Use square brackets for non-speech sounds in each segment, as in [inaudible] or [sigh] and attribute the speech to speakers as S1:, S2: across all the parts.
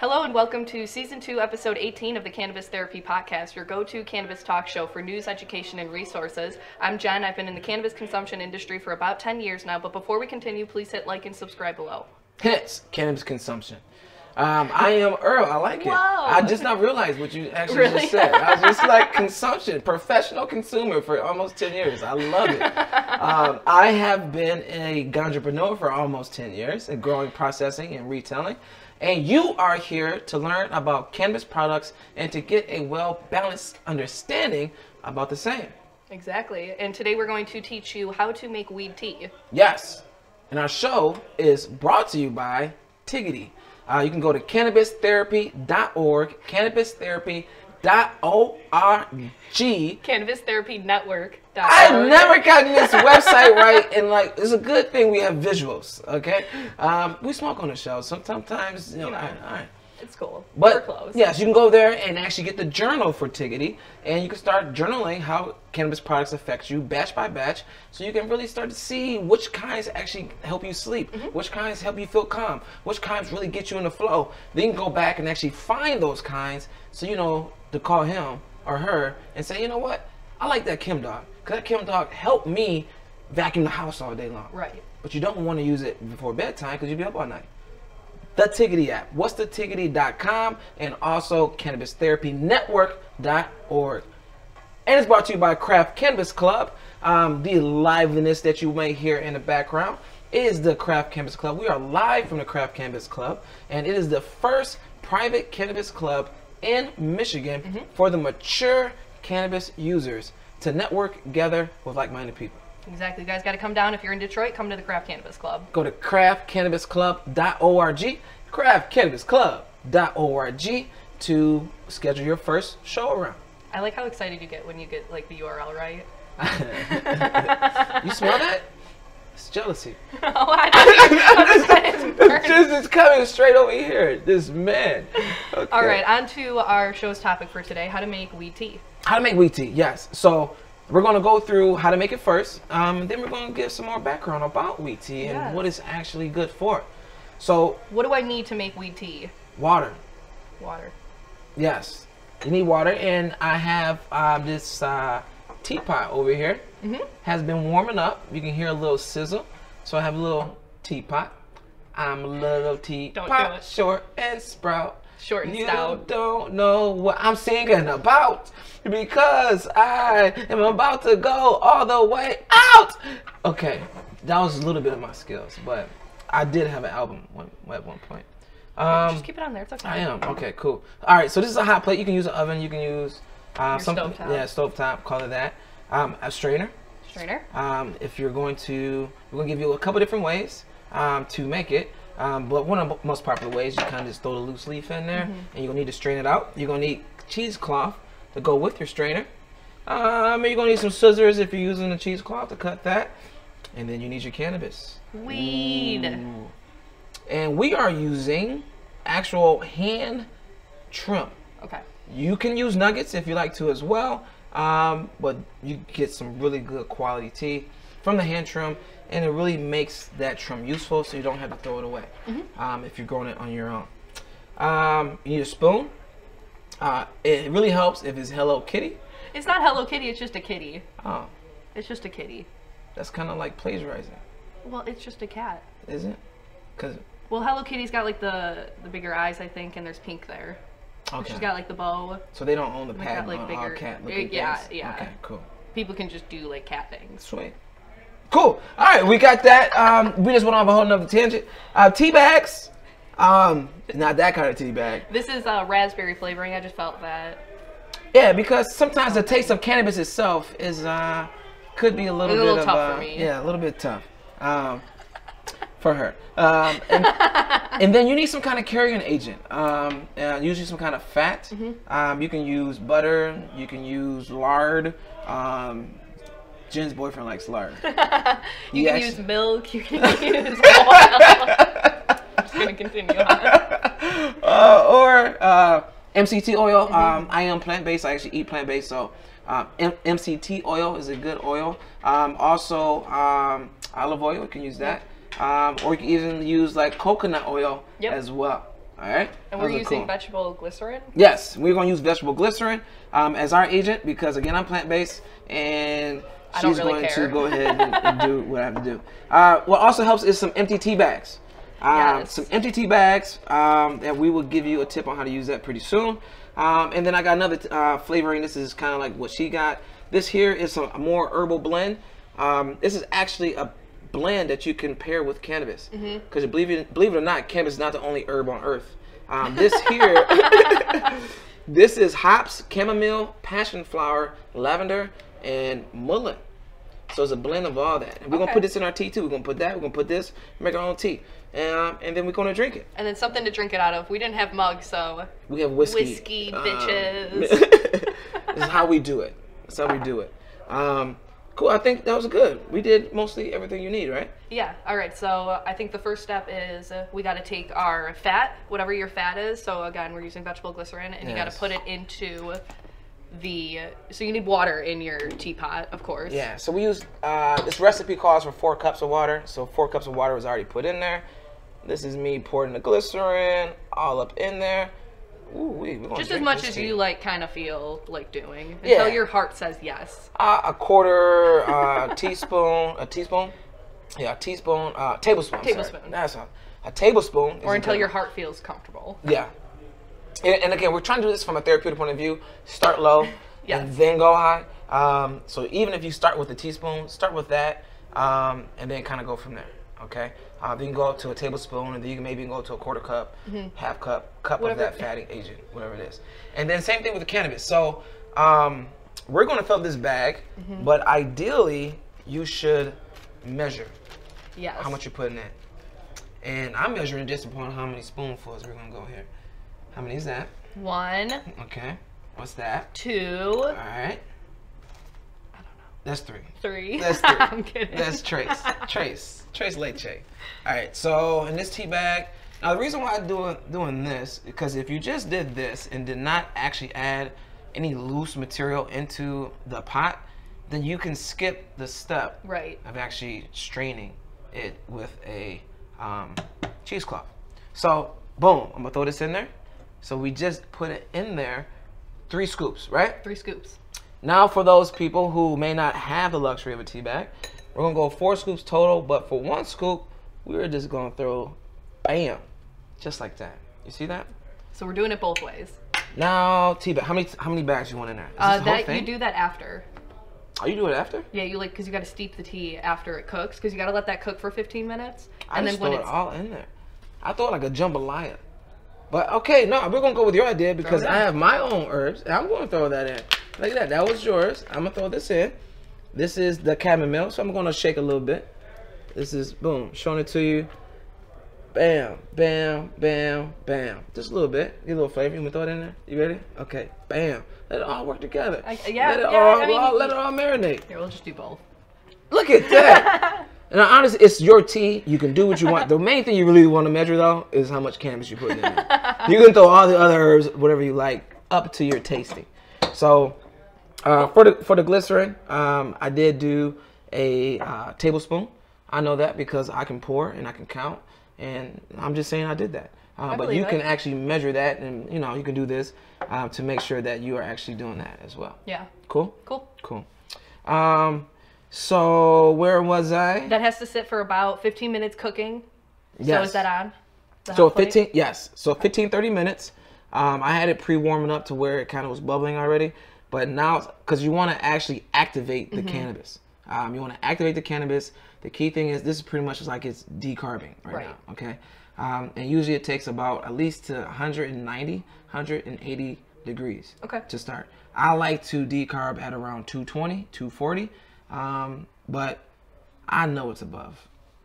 S1: and welcome to Season 2, Episode 18 of the Cannabis Therapy Podcast, your go to cannabis talk show for news, education, and resources. I'm Jen. I've been in the cannabis consumption industry for about 10 years now, but before we continue, please hit like and subscribe below.
S2: Hence, cannabis consumption. Um, I am Earl. I like it.
S1: Whoa.
S2: I just not realized what you actually
S1: Really?
S2: just said. I was
S1: [laughs]
S2: just like consumption, professional consumer for almost ten years. I love it. um, I have been a entrepreneur for almost ten years in growing, processing, and retailing. And you are here to learn about cannabis products and to get a well balanced understanding about the same.
S1: Exactly. And today we're going to teach you how to make weed tea.
S2: Yes. And our show is brought to you by Tiggity. Uh, you can go to cannabistherapy.org, cannabistherapy.org.
S1: Cannabis Therapy Network.
S2: I've never gotten this website right, and like, it's a good thing we have visuals, okay? Um, we smoke on the show, so sometimes, you know,
S1: You know.
S2: all right, all right.
S1: It's cool.
S2: But
S1: we're close.
S2: yes, you can go there and actually get the journal for Tiggity, and you can start journaling how cannabis products affect you batch by batch, so you can really start to see which kinds actually help you sleep,
S1: Mm-hmm.
S2: which kinds help you feel calm, which kinds really get you in the flow. Then you can go back and actually find those kinds, so you know to call him or her and say, you know what, I like that Kim Dog, cause that Kim Dog helped me vacuum the house all day long.
S1: Right.
S2: But you don't want to use it before bedtime because you'll be up all night the Tiggity app. What's the Tiggity.com and also cannabistherapynetwork.org. And it's brought to you by Craft Cannabis Club. Um, the liveliness that you may hear in the background is the Craft Cannabis Club. We are live from the Craft Cannabis Club, and it is the first private cannabis club in Michigan for the mature cannabis users to network, gather with like minded people.
S1: Exactly. You guys got to come down. If you're in Detroit, come to the Craft Cannabis Club.
S2: go to craftcannabisclub.org, craftcannabisclub.org to schedule your first show around.
S1: I like how excited you get when you get like the URL [laughs] right.
S2: You
S1: [laughs]
S2: smell that? It's jealousy.
S1: oh, I just, I just- it's burning.
S2: This is coming straight over here. This man. Okay.
S1: All right, on to our show's topic for today: how to make weed tea.
S2: How to make wheat tea? Yes. So we're gonna go through how to make it first. Um, and then we're gonna give some more background about wheat tea and
S1: Yes.
S2: what it's actually good for. So
S1: What do I need to make weed tea?
S2: water.
S1: Water.
S2: Yes. You need water, and I have uh, this uh, teapot over here. Mm-hmm. Has been warming up. You can hear a little sizzle. So I have a little teapot. I'm a little teapot,
S1: it.
S2: short and sprout.
S1: Short and
S2: you
S1: stout.
S2: don't know what I'm singing about because I am about to go all the way out. Okay, that was a little bit of my skills, but I did have an album one, at one point. Um,
S1: Just keep it on there. It's okay.
S2: I am. Okay, cool. All right, so this is a hot plate. You can use an oven. You can use uh,
S1: Your
S2: some
S1: stovetop.
S2: yeah stovetop. Call it that. Um, a strainer.
S1: Strainer.
S2: Um, if you're going to, we're gonna give you a couple different ways um, to make it. Um, but one of the most popular ways, you kind of just throw the loose leaf in there,
S1: Mm-hmm.
S2: and you're gonna need to strain it out. You're gonna need cheesecloth to go with your strainer. Um, and you're gonna need some scissors if you're using a cheesecloth to cut that, and then you need your cannabis.
S1: Weed.
S2: And we are using actual hand trim.
S1: Okay.
S2: You can use nuggets if you like to as well, um, but you get some really good quality tea from the hand trim, and it really makes that trim useful so you don't have to throw it away
S1: Mm-hmm.
S2: um, if you're growing it on your own. Um, you need a spoon. Uh, it really helps if it's Hello Kitty.
S1: It's not Hello Kitty. It's just a kitty.
S2: Oh,
S1: It's just a kitty.
S2: that's kind of like plagiarizing,
S1: Well, it's just a cat.
S2: isn't it? Because
S1: Well, Hello Kitty's got like the the bigger eyes, I think, and there's pink there.
S2: okay,
S1: She's got like the bow.
S2: so they don't own the
S1: got,
S2: patent
S1: like,
S2: on all
S1: bigger-
S2: cat
S1: uh,
S2: looking
S1: yeah,
S2: things.
S1: yeah.
S2: Okay, cool.
S1: People can just do like cat things.
S2: Sweet. Cool. All right, we got that. Um, we just went off a whole nother tangent. Uh, tea bags. Um, not that kind of tea bag.
S1: This is uh, raspberry flavoring. I just felt that.
S2: Yeah, because sometimes the taste of cannabis itself is uh, could be a little,
S1: A little
S2: bit
S1: tough
S2: of, uh,
S1: for me.
S2: Yeah, a little bit tough. Um, for her. Um,
S1: [laughs]
S2: and, and then you need some kind of carrying agent. Um, uh, usually some kind of fat.
S1: Mm-hmm.
S2: Um, you can use butter. You can use lard. Um, Jen's boyfriend likes lard.
S1: [laughs] You
S2: He
S1: can
S2: actu-
S1: use milk. You can [laughs] use oil. I'm [laughs] just gonna continue on.
S2: uh, or uh, MCT oil.
S1: Mm-hmm.
S2: Um, I am plant based. I actually eat plant based, so um, M- MCT oil is a good oil. Um, also, um, olive oil. You can use that, um, or you can even use like coconut oil
S1: Yep.
S2: as well. All right.
S1: And we're
S2: Those are
S1: using
S2: cool.
S1: vegetable glycerin.
S2: Yes, we're going to use vegetable glycerin um, as our agent because again, I'm plant based and.
S1: I don't
S2: She's
S1: really
S2: going
S1: care.
S2: to go ahead and, and
S1: [laughs]
S2: do what I have to do. Uh, what also helps is some empty tea bags. Um,
S1: Yes.
S2: Some empty tea bags um, that we will give you a tip on how to use that pretty soon. Um, and then I got another uh, flavoring. This is kind of like what she got. This here is a a more herbal blend. Um, this is actually a blend that you can pair with cannabis.
S1: Mm-hmm.
S2: Because believe it believe it or not, cannabis is not the only herb on earth.
S1: [laughs]
S2: Um, this here, [laughs] this is hops, chamomile, passion flower, lavender, and mullein. So it's a blend of all that. And we're gonna
S1: Okay.
S2: put this in our tea too. We're gonna put that. We're gonna put this. Make our own tea, um, and then we're gonna drink it.
S1: And then something to drink it out of. We didn't have mugs, so
S2: We have whiskey.
S1: Whiskey,
S2: Um,
S1: bitches.
S2: [laughs] this is how we do it. That's how we do it. Um, cool. I think that was good. We did mostly everything you need, right?
S1: Yeah. All right. So uh, I think the first step is uh, we got to take our fat, whatever your fat is. So again, we're using vegetable glycerin, and you got
S2: Yes.
S1: to put it into the. So you need water in your teapot, of course.
S2: Yeah. So we use uh, this recipe calls for four cups of water. So four cups of water was already put in there. This is me pouring the glycerin all up in there. Ooh, we, we're gonna
S1: Just as
S2: drink
S1: much
S2: this
S1: as
S2: tea.
S1: you like, kind of feel like doing
S2: Yeah.
S1: until your heart says yes.
S2: uh, a quarter uh, [laughs] teaspoon, a teaspoon, yeah, a teaspoon, uh, tablespoon. I'm sorry.
S1: Tablespoon.
S2: That's a, a tablespoon.
S1: Or until your heart feels comfortable.
S2: Yeah. And, and again, we're trying to do this from a therapeutic point of view. Start low,
S1: [laughs] Yes.
S2: and then go high. Um, so even if you start with a teaspoon, start with that, um, and then kind of go from there. Okay. Uh, then you can go up to a tablespoon, and then you can maybe go to a quarter cup, half cup, cup
S1: Mm-hmm. Whatever-
S2: of that fatty agent, whatever it is. And then same thing with the cannabis. So um, we're going to fill this bag,
S1: Mm-hmm.
S2: but ideally you should measure
S1: Yes.
S2: how much you're putting in. And I'm measuring just upon how many spoonfuls we're gonna go here. How many is that?
S1: One,
S2: Okay. What's that?
S1: two,
S2: All right. That's three.
S1: three. [laughs]
S2: That's three.
S1: I'm kidding.
S2: That's Trace. Trace. Trace Leche. All right. So in this tea bag, now the reason why I'm doing doing this because if you just did this and did not actually add any loose material into the pot, then you can skip the step
S1: Right.
S2: of actually straining it with a um, cheesecloth. So boom, I'm gonna throw this in there. So we just put it in there, three scoops, right?
S1: Three scoops.
S2: Now, for those people who may not have the luxury of a tea bag, we're gonna go four scoops total. But for one scoop, we're just gonna throw, bam, just like that. You see that?
S1: So we're doing it both ways.
S2: Now, tea bag. How many how many bags you want in there? Is this
S1: Uh,
S2: the whole
S1: that you
S2: thing?
S1: do that after.
S2: Oh, you do it after?
S1: Yeah, you like because you got to steep the tea after it cooks because you got to let that cook for 15 minutes,
S2: I
S1: and
S2: just
S1: then when
S2: throw it
S1: it's
S2: all in there. I throw it like a jambalaya. But okay, no, we're gonna go with your idea because
S1: it
S2: I
S1: in.
S2: have my own herbs. And I'm gonna throw that in. Look at that. That was yours. I'm gonna throw this in. This is the chamomile, so I'm gonna shake a little bit. This is boom, showing it to you. Bam, bam, bam, bam. Just a little bit. Get a little flavor. You wanna throw it in there? You ready? Okay. Bam. Let it all work together.
S1: I- yeah,
S2: Let it
S1: yeah,
S2: all,
S1: I mean-
S2: all- let it all marinate.
S1: here, we'll just do both.
S2: Look at that. and honestly, it's your tea. You can do what you want. The main thing you really want to measure though is how much cannabis you put in there. you can throw all the other herbs, whatever you like, up to your tasting. So uh, for the for the glycerin, um, I did do a uh, tablespoon. I know that because I can pour and I can count, and I'm just saying I did that. Uh, but
S1: believe
S2: you
S1: it.
S2: can actually measure that, and you know you can do this uh, to make sure that you are actually doing that as well.
S1: Yeah,
S2: Cool.
S1: cool.
S2: Cool. Um, so where was I?
S1: That has to sit for about 15 minutes cooking. So
S2: Yes.
S1: is that on? The
S2: So
S1: hot plate?
S2: 15, yes. So 15, 30 minutes. Um, I had it pre-warming up to where it kind of was bubbling already, but now, cause you want to actually activate
S1: Mm-hmm.
S2: the cannabis. Um, you want to activate the cannabis. The key thing is this is pretty much just like it's decarbing right,
S1: Right.
S2: now. Okay. Um, and usually it takes about at least to 190, 180 degrees
S1: Okay.
S2: to start. I like to decarb at around 220, 240. Um, but I know it's above.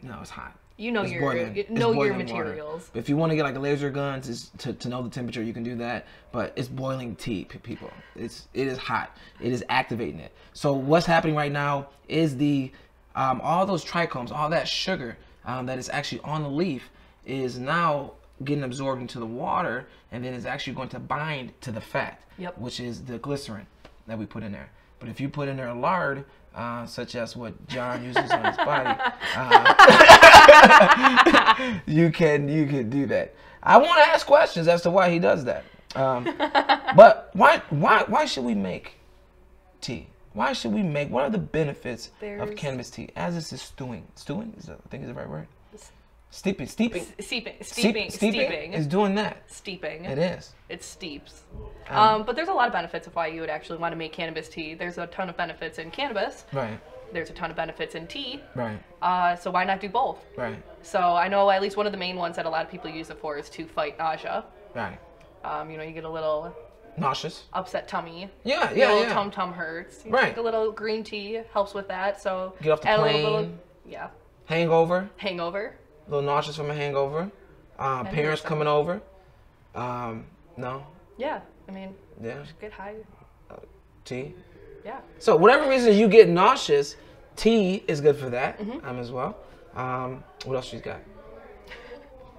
S2: No, it's hot.
S1: You know
S2: It's
S1: your-
S2: boiling.
S1: you
S2: It's
S1: know your
S2: boiling water.
S1: materials.
S2: If you want to get like a laser gun to, to, to know the temperature, you can do that. But it's boiling tea, p- people. It's it is hot. It is activating it. So what's happening right now is the um, all those trichomes, all that sugar um, that is actually on the leaf is now getting absorbed into the water, and then is actually going to bind to the fat,
S1: Yep.
S2: which is the glycerin that we put in there. But if you put in there lard, uh, such as what John uses on his body, uh, you can you can do that. I want to ask questions as to why he does that. Um, [laughs] but why why why should we make tea? Why should we make? What are the benefits of
S1: There's-
S2: cannabis tea as it's just stewing? Stewing is that, I think is the right word. Steeping, steeping,
S1: Steeping,
S2: Steep-
S1: steeping, steeping,
S2: is doing that.
S1: steeping.
S2: It is.
S1: It steeps. Um, but there's a lot of benefits of why you would actually want to make cannabis tea. There's a ton of benefits in cannabis.
S2: Right,
S1: There's a ton of benefits in tea.
S2: right,
S1: Uh, so why not do both?
S2: right,
S1: So I know at least one of the main ones that a lot of people use it for is to fight nausea.
S2: right.
S1: Um, you know, you get a little
S2: Nauseous.
S1: upset tummy.
S2: Yeah,
S1: Your
S2: yeah,
S1: little
S2: yeah.
S1: tum tum hurts. You
S2: Right.
S1: Take a little green tea helps with that. So
S2: Get off the
S1: add a little-
S2: plane.
S1: yeah,
S2: hangover.
S1: hangover.
S2: A little nauseous from a hangover. Uh,
S1: think
S2: parents
S1: so.
S2: coming over. Um, no,
S1: Yeah, I mean,
S2: yeah,
S1: get high.
S2: tea. [laughs]
S1: Yeah. [laughs]
S2: So whatever reason you get nauseous, tea is good for that.
S1: Mm-hmm.
S2: Um, as well. Um, what else she's got? [laughs]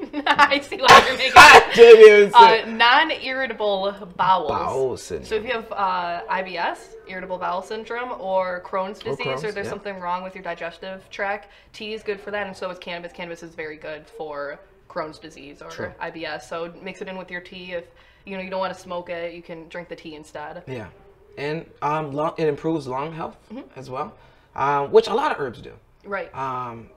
S1: I see why
S2: [laughs]
S1: you're making.
S2: Didn't even say-
S1: Uh, non-irritable bowels.
S2: Bowel syndrome.
S1: So if you have uh, IBS, irritable bowel syndrome, or Crohn's disease, or,
S2: Crohn's,
S1: there's
S2: yeah.
S1: something wrong with your digestive tract, tea is good for that, and so is cannabis. Cannabis is very good for Crohn's disease or
S2: True.
S1: IBS. So mix it in with your tea. If you know you don't want to smoke it, you can drink the tea instead.
S2: yeah, and um, lung, it improves lung health
S1: Mm-hmm.
S2: as well, um, which a lot of herbs do.
S1: Right.
S2: Um,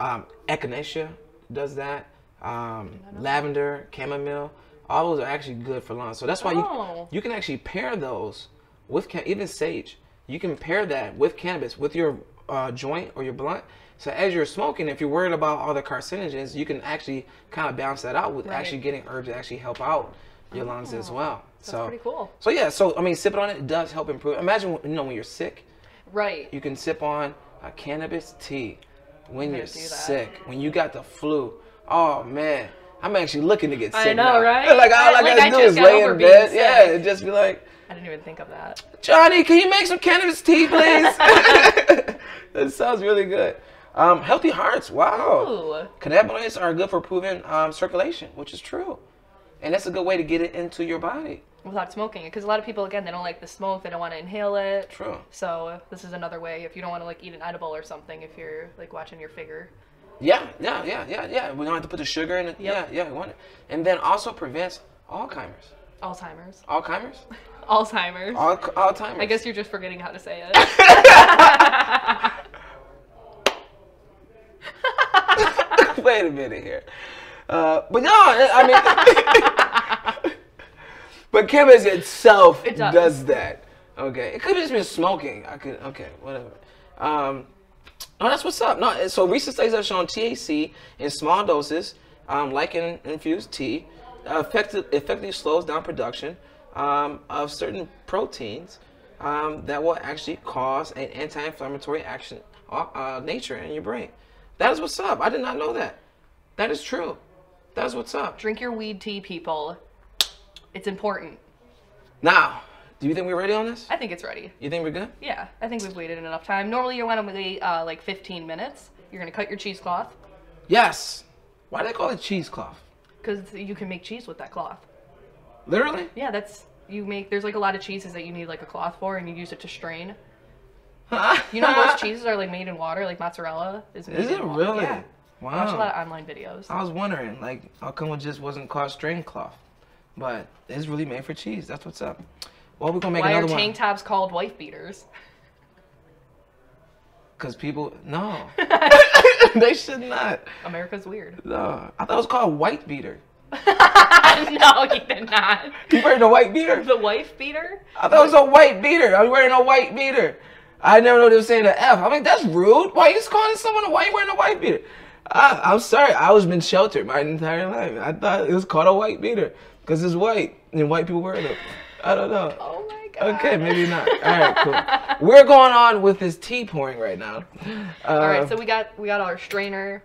S2: um, echinacea does that. Um, lavender, chamomile, all those are actually good for lungs. So that's why
S1: Oh.
S2: you you can actually pair those with can- even sage. You can pair that with cannabis with your uh, joint or your blunt. So as you're smoking, if you're worried about all the carcinogens, you can actually kind of balance that out with
S1: Right. Oh,
S2: actually getting herbs to actually help out your lungs as well. so
S1: pretty cool.
S2: So yeah, so I mean, sipping on it does help improve. Imagine you know when you're sick,
S1: right.
S2: you can sip on a cannabis tea when you're
S1: do that.
S2: sick, when you got the flu. Oh man, I'm actually looking to get
S1: I
S2: sick
S1: know,
S2: now.
S1: right?
S2: [laughs] like all I,
S1: Like,
S2: gotta
S1: I
S2: do
S1: just
S2: is
S1: got
S2: lay
S1: over
S2: in
S1: being
S2: bed,
S1: sick.
S2: yeah, and just be like,
S1: I didn't even think of that.
S2: Johnny, can you make some cannabis
S1: [laughs]
S2: tea, please? [laughs] that sounds really good. Um, healthy hearts. Wow.
S1: Ooh.
S2: Cannabinoids are good for improving um, circulation, which is true, and that's a good way to get it into your body.
S1: Without smoking it, because a lot of people again they don't like the smoke, they don't want to inhale it.
S2: True.
S1: So this is another way if you don't want to like eat an edible or something if you're like watching your figure.
S2: Yeah, yeah, yeah, yeah, yeah. We don't have to put the sugar in it.
S1: Yep.
S2: Yeah, yeah, we want it. And then also prevents Alzheimer's.
S1: Alzheimer's.
S2: Alzheimer's?
S1: Alzheimer's.
S2: Al- Alzheimer's.
S1: I guess you're just forgetting how to say it.
S2: [laughs] Wait a minute here. Uh, but no, I mean, [laughs] but cannabis itself
S1: It does.
S2: does. that. Okay, it could have just been smoking. I could. Okay, whatever. Um, oh, that's what's up. No, so recent studies have shown THC in small doses, um, like in infused tea, effective, effectively slows down production um, of certain proteins um, that will actually cause an anti-inflammatory action uh, uh, nature in your brain. That is what's up. I did not know that. That is true. That is what's
S1: [laughs]
S2: up.
S1: Drink your weed tea, people. It's important.
S2: Now, do you think we're ready on this?
S1: I think it's ready.
S2: You think we're good?
S1: Yeah, I think we've waited enough time. Normally you want to wait uh, like 15 minutes. You're gonna cut your cheesecloth
S2: Yes. Why do they call it cheesecloth?
S1: because you can make cheese with that cloth.
S2: Literally?
S1: Yeah, that's you make. There's like a lot of cheeses that you need like a cloth for, and you use it to strain. You know [laughs] most cheeses are like made in water, like mozzarella is made
S2: [laughs] Is
S1: in
S2: it
S1: water.
S2: really? Oh.
S1: Yeah. I watch a lot
S2: Wow.
S1: of online videos.
S2: I was wondering, like, how come it just wasn't called string cloth? But it's really made for cheese. That's what's up. Well, we're gonna make
S1: Why are
S2: another one.
S1: tank tops called wife beaters? [laughs]
S2: Cause people, [laughs] no, they should not.
S1: America's
S2: [laughs]
S1: weird. [laughs]
S2: No, I thought it was called white beater.
S1: no, you did not.
S2: [laughs] You wearing a white beater?
S1: The wife beater?
S2: I thought it was a white beater. I'm wearing a white beater. I never know they were saying an F. I'm like, that's rude. Why you just calling someone? Why you wearing a white beater? I, I'm sorry. I was been sheltered my entire life. I thought it was called a white beater because it's white and white people wear them. I don't know.
S1: Oh my god.
S2: Okay, maybe not. All right, cool. We're going on with this tea pouring right now.
S1: [laughs] All right,
S2: Um,
S1: so we got we got our strainer,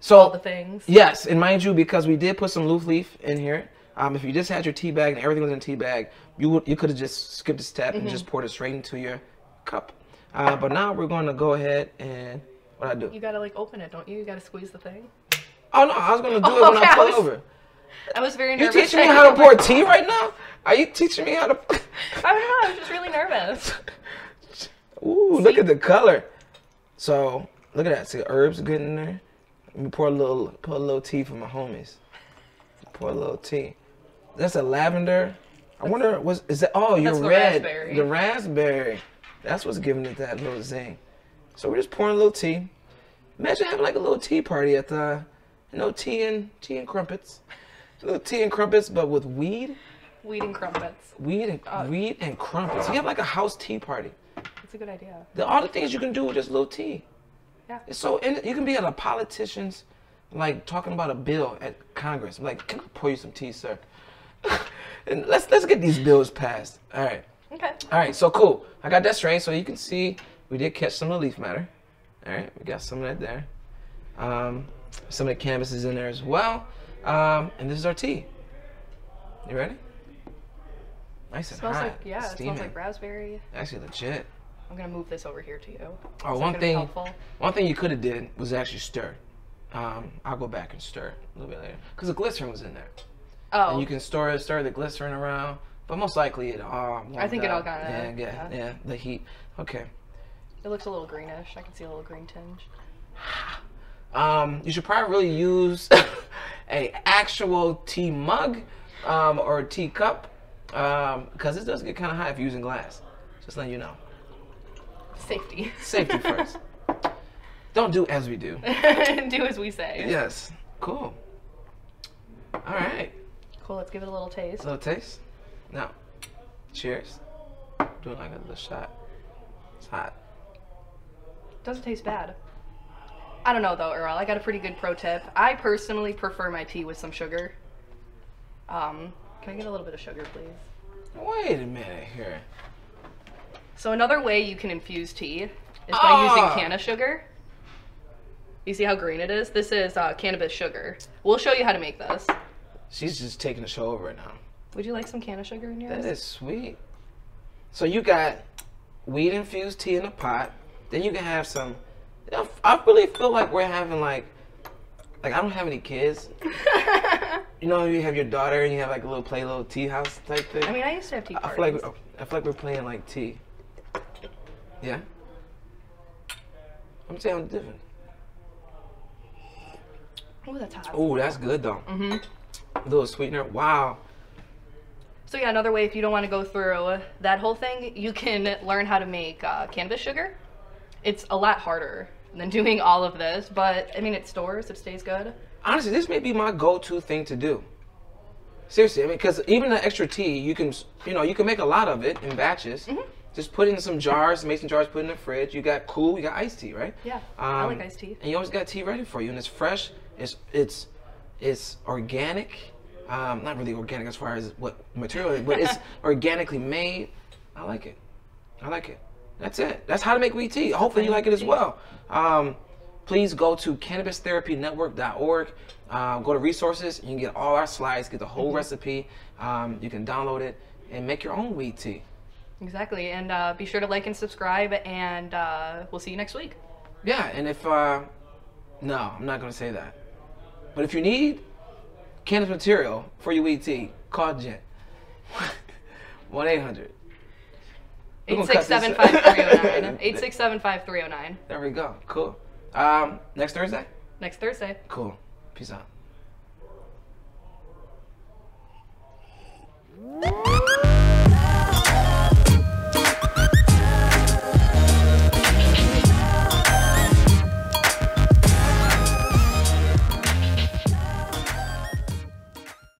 S2: so
S1: all the things.
S2: Yes, and mind you, because we did put some loose leaf in here. Um, if you just had your tea bag and everything was in a tea bag, you would you could have just skipped this step and
S1: Mm-hmm.
S2: just poured it straight into your cup. Uh, but now we're going to go ahead and what I do?
S1: You gotta like open it, don't you? You gotta squeeze the thing.
S2: Oh no, I was
S1: [laughs]
S2: going to do it when
S1: Okay,
S2: I
S1: I
S2: pull
S1: was-
S2: over.
S1: I was very
S2: You
S1: nervous. [laughs]
S2: teaching me how to pour tea right now? Are you teaching me how to?
S1: I don't
S2: [laughs]
S1: know. I was just really nervous.
S2: Ooh, look at the color. So Look at that. See, herbs good in there. Let me pour a little, pour a little tea for my homies. Pour a little tea. That's a lavender. I wonder, was is that? Oh, you're
S1: That's the
S2: red.
S1: raspberry.
S2: The raspberry. That's what's giving it that little zing. So we're just pouring a little tea. Imagine having like a little tea party at the, you know, tea and tea and crumpets. A little tea and crumpets, but with weed,
S1: Weed and crumpets.
S2: weed and
S1: Uh,
S2: weed and crumpets. You have like a house tea party.
S1: That's a good idea.
S2: The, all the things you can do with just little tea.
S1: Yeah.
S2: It's so and you can be at a politician's, like talking about a bill at Congress. like, can I pour you some tea, sir? [laughs] and let's let's get these bills passed. All right,
S1: Okay.
S2: all right. So cool. I got that straight. So you can see we did catch some of the leaf matter. All right, we got some of that there. Um, some of the cannabis is in there as well. Um, and this is our tea. You ready? Nice and
S1: Smells
S2: hot.
S1: like yeah, it
S2: steaming.
S1: smells like raspberry.
S2: Actually, legit.
S1: I'm gonna move this over here to you.
S2: Oh,
S1: Is that
S2: one
S1: gonna be
S2: thing,
S1: helpful?
S2: one thing you could have did was actually stir. Um, I'll go back and stir it a little bit later because the glycerin was in there,
S1: Oh,
S2: and you can store it, stir the glycerin around. But most likely it all. warmed
S1: think it all
S2: up.
S1: got
S2: Yeah,
S1: out,
S2: yeah, yeah, The heat. Okay.
S1: it looks a little greenish. I can see a little green tinge.
S2: Um, you should probably really use [laughs] a actual tea mug um, or a tea cup because this does get kind of hot if you're using glass. Just letting you know.
S1: Safety. [laughs]
S2: Safety first. Don't do as we do.
S1: Do as we say.
S2: Yes. Cool. All right.
S1: Cool. Let's give it a little taste.
S2: little taste. Now, cheers. Doing like a little shot. It's hot.
S1: Doesn't taste bad. I don't know though, Earl. I got a pretty good pro tip. I personally prefer my tea with some sugar. Um, can I get a little bit of sugar, please?
S2: Wait a minute here.
S1: So another way you can infuse tea is by
S2: Ah.
S1: using canna sugar. You see how green it is? This is uh, cannabis sugar. We'll show you how to make this.
S2: She's just taking the show over now.
S1: Would you like some canna sugar in yours?
S2: That
S1: [laughs]
S2: is sweet. So you got weed infused tea in a pot. Then you can have some. I f- I really feel like we're having like, like I don't have any kids. you know, you have your daughter and you have like a little play little tea house type thing.
S1: I mean, I used to have tea
S2: I
S1: parties.
S2: feel like I feel like we're playing like T. Yeah. I'm saying I'm different.
S1: Ooh, that's hot.
S2: Oh, that's good though.
S1: Mhm.
S2: A little sweetener. Wow.
S1: So yeah, another way if you don't want to go through that whole thing, you can [laughs] learn how to make uh, cannabis sugar. It's a lot harder than [laughs] doing all of this, but I mean, it stores, it stays good.
S2: Honestly, this may be my go-to thing to do. Seriously, I mean, because even the extra tea, you can, s- you know, you can make a lot of it in batches.
S1: Mm-hmm.
S2: Just put it in some jars, make some jars, put it in the fridge. You got cool, you got iced tea, right?
S1: Yeah, I like
S2: Um,
S1: iced tea.
S2: And you always got tea ready for you, and it's fresh. It's it's it's organic. Um, not really organic as far as what material, it is, but
S1: [laughs]
S2: it's organically made. I like it. I like it. That's it. That's how to make weed tea. Hopefully you like it as well. Um, please go to cannabistherapynetwork.org. Uh, go to resources. You can get all our slides, get the whole recipe. Um, you can download it and make your own weed tea.
S1: Exactly, and uh, be sure to like and subscribe, and uh, we'll see you next week.
S2: Yeah, and if uh no, I'm not gonna say that. But if you need cannabis material for your weed tea, call Jen. [laughs] One eight hundred.
S1: Eight
S2: We're gonna cut
S1: six
S2: this.
S1: seven five three zero
S2: [laughs]
S1: nine. Eight six seven five three zero nine.
S2: There we go. Cool. Um, next Thursday?
S1: Next Thursday.
S2: Cool. Peace out.